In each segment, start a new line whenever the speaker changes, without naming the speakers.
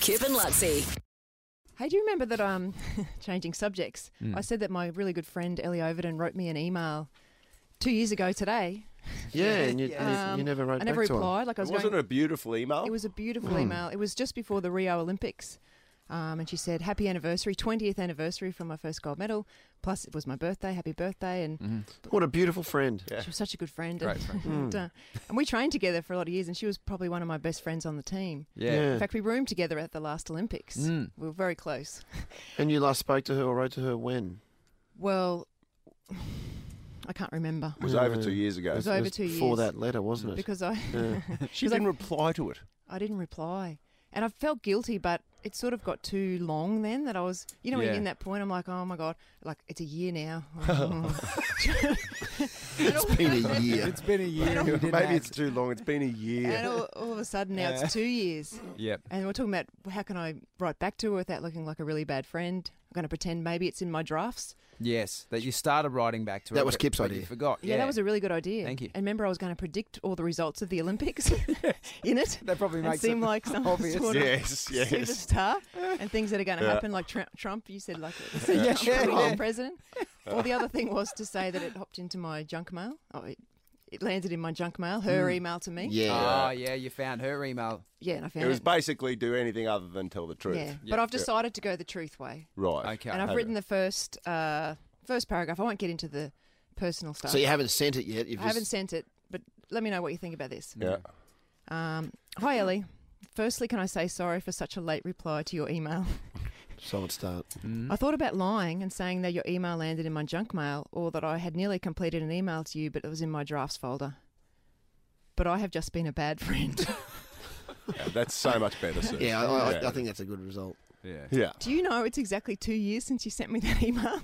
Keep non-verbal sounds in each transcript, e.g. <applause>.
Kip and Lutzi.
Hey, do you remember that? Um, <laughs> changing subjects.
Mm. Hmm.
I said that my really good friend Ellie Overton wrote me an email two years ago today.
Yeah, and you,
Um,
you, you never wrote
I never
back to
replied.
him.
Like I was
Wasn't
going.
it a beautiful email?
It was a beautiful email. It was just before the Rio Olympics. Um, and she said, Happy anniversary, 20th anniversary from my first gold medal. Plus, it was my birthday. Happy birthday.
<laughs> Mm-hmm.
And
What a beautiful friend.
she was such a good friend. and, <laughs> and, uh, and we trained together for a lot of years, and she was probably one of my best friends on the team.
Yeah.
In fact, we roomed together at the last Olympics.
Hmm. Mm.
We were very close.
And you last spoke to her or wrote to her when?
Well, <sighs> I can't remember.
It was over two years ago.
was over two
before
years.
that letter, wasn't it?
Because I, <laughs>
She didn't reply to it.
I didn't reply. And I felt guilty, but it sort of got too long then that I was, you know, when you're
Yeah.
in that point, I'm like, oh my God, like it's a year now. <laughs>
been
<laughs>
a year.
It's been a year. and you didn't
<laughs> Maybe it's
act.
too long. It's been a
And
year.
all, all of a sudden now it's two years.
Yep.
And we're talking about how can I write back to her without looking like a really bad friend? I'm going to pretend maybe it's in my drafts.
Yes, that you started writing back to
That
it,
was
but-
Kip's
but
idea.
You forgot.
Yeah, that was a really good idea.
Thank you.
And remember, I was going to predict all the results of the Olympics <laughs> in it.
That probably
and
makes
seem
it
like some
obvious.
sort of <laughs>
<laughs> Yes, yes.
superstar and things that are going to happen, like Tr- Trump. You said
<laughs>
like
Yeah,
Trump
yeah,
will be
yeah.
president. Or the other thing was to say that it hopped into my junk mail. Oh, it, it landed in my junk mail. Her email to me.
Hmm. yeah.
Oh yeah, you found her email.
yeah, and I found
It was basically do anything other than tell the truth.
Yeah. but I've decided to go the truth way,
Right.
Okay.
and I've
Okay.
written the first uh, first paragraph. I won't get into the personal stuff.
So you haven't sent it yet. You've
I haven't
just-
sent it, but let me know what you think about this.
Mm-hmm.
Yeah.
Um, hi, Ellie. Firstly, can I say sorry for such a late reply to your email?
Solid start.
Mm-hmm.
I thought about lying and saying that your email landed in my junk mail or that I had nearly completed an email to you but it was in my drafts folder. But I have just been a bad <laughs>
<laughs>
friend.
Yeah, That's so much better. Sue.
Yeah, I, I,
Yeah.
I think that's a good result.
Yeah.
Yeah.
Do you know it's exactly two years since you sent me that <laughs> email?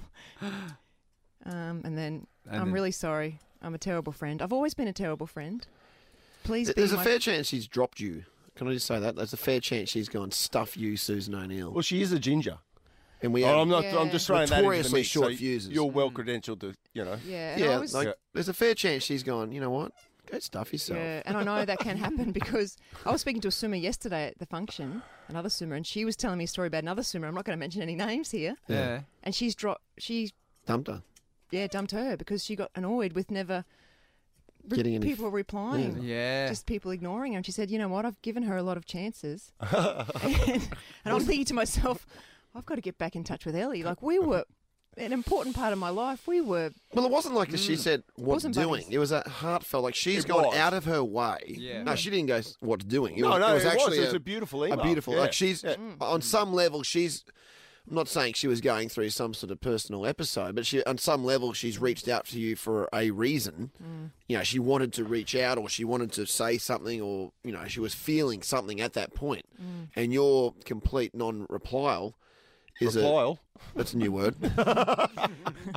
Um, and then
And
I'm
then-
really sorry. I'm a terrible friend. I've always been a terrible friend. Please be
There's a
my-
fair chance she's dropped you. Can I just say that? There's a fair chance she's gone stuff you, Susan O'Neill.
Well, she is a ginger.
and we
Oh,
are
I'm not.
Yeah. Mm.
I'm just throwing that into the
Notoriously
mix.
short
so
fuses.
You're well credentialed to, you know.
Yeah. and I
yeah,
was-
like
Yeah.
there's a fair chance she's gone. You know what? Go stuff yourself.
Yeah, and I know that
<laughs>
can happen because I was speaking to a swimmer yesterday at the function, another swimmer, and she was telling me a story about another swimmer. I'm not going to mention any names here.
Yeah.
And she's dropped, she,
Dumped her.
yeah, dumped her because she got annoyed with never re-
Getting any-
people replying.
Yeah.
Just people ignoring her. And she said, you know what, I've given her a lot of
<laughs>
chances. <laughs> and, and I'm thinking to myself, I've got to get back in touch with Ellie. Like, we were an important part of my life. We were,
Well, it wasn't like that she said what's
Wasn't
doing.
buddies.
It was a heartfelt like she's
Mm. It
gone
was.
out of her way.
Yeah.
No, she didn't go "S- what's doing. It
No,
was,
no,
it was
it was.
actually
It was
a,
a beautiful
a
email.
beautiful.
Yeah.
Like she's
Yeah.
on some level she's. I'm not saying she was going through some sort of personal episode, but she on some level she's reached out to you for a reason. You know, she wanted to reach out or she wanted to say something or you know she was feeling something at that point, and your complete non-reply is
<laughs>
a
Reply.
that's a new word.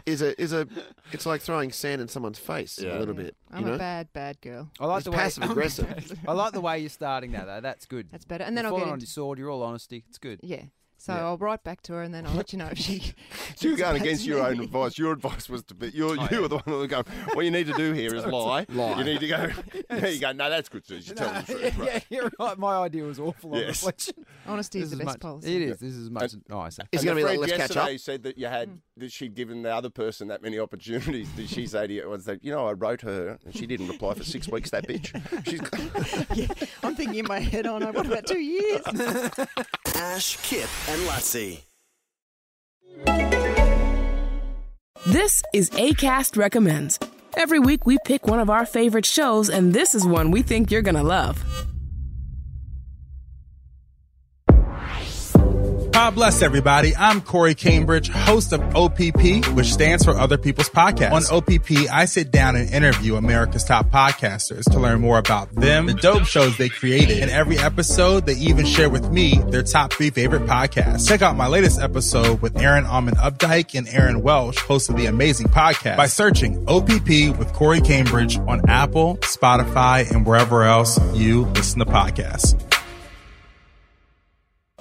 is a is a it's like throwing sand in someone's face a little bit.
I'm
you know?
a bad, bad girl.
I like
it's
the way
passive
<laughs>
aggressive.
<laughs> I like the way you're starting that though. That's good.
That's better. And then
you're
I'll get
falling on
into-
your sword. You're all honesty. It's good.
Yeah. So
Yeah.
I'll write back to her and then I'll let you know if
<laughs>
she.
So you're
gets
going
back
against
to
your own
me.
advice. Your advice was to be you. you were the one who was going. What you need to do <laughs> here is lie.
Lie.
You need to go. <laughs> There you go. No, that's good.
<laughs>
Sue. You tell the truth. Right.
<laughs> yeah, you're right. My idea was awful on
Yes.
reflection.
Honesty is
This
the
is
best
much-
policy.
It is. This is much nicer.
It's
And
going to
the
be like
friend
let's catch
yesterday
up.
said that you had that she'd given the other person that many opportunities. Did she say to you, "Was that you know I wrote her and she didn't reply for six weeks?
<laughs>
That bitch." She's,
I'm thinking in my head, oh no, what about
<laughs>
two years?
Ash, Kip, and Lutzi.
This is ACAST Recommends. Every week we pick one of our favorite shows, and this is one we think you're gonna love.
God bless everybody. I'm Corey Cambridge, host of OPP, which stands for Other People's Podcast. On OPP, I sit down and interview America's top podcasters to learn more about them, the dope shows they created. In every episode, they even share with me their top three favorite podcasts. Check out my latest episode with Aaron Almond Updike and Aaron Welsh, host of the amazing podcast, by searching OPP with Corey Cambridge on Apple, Spotify, and wherever else you listen to podcasts.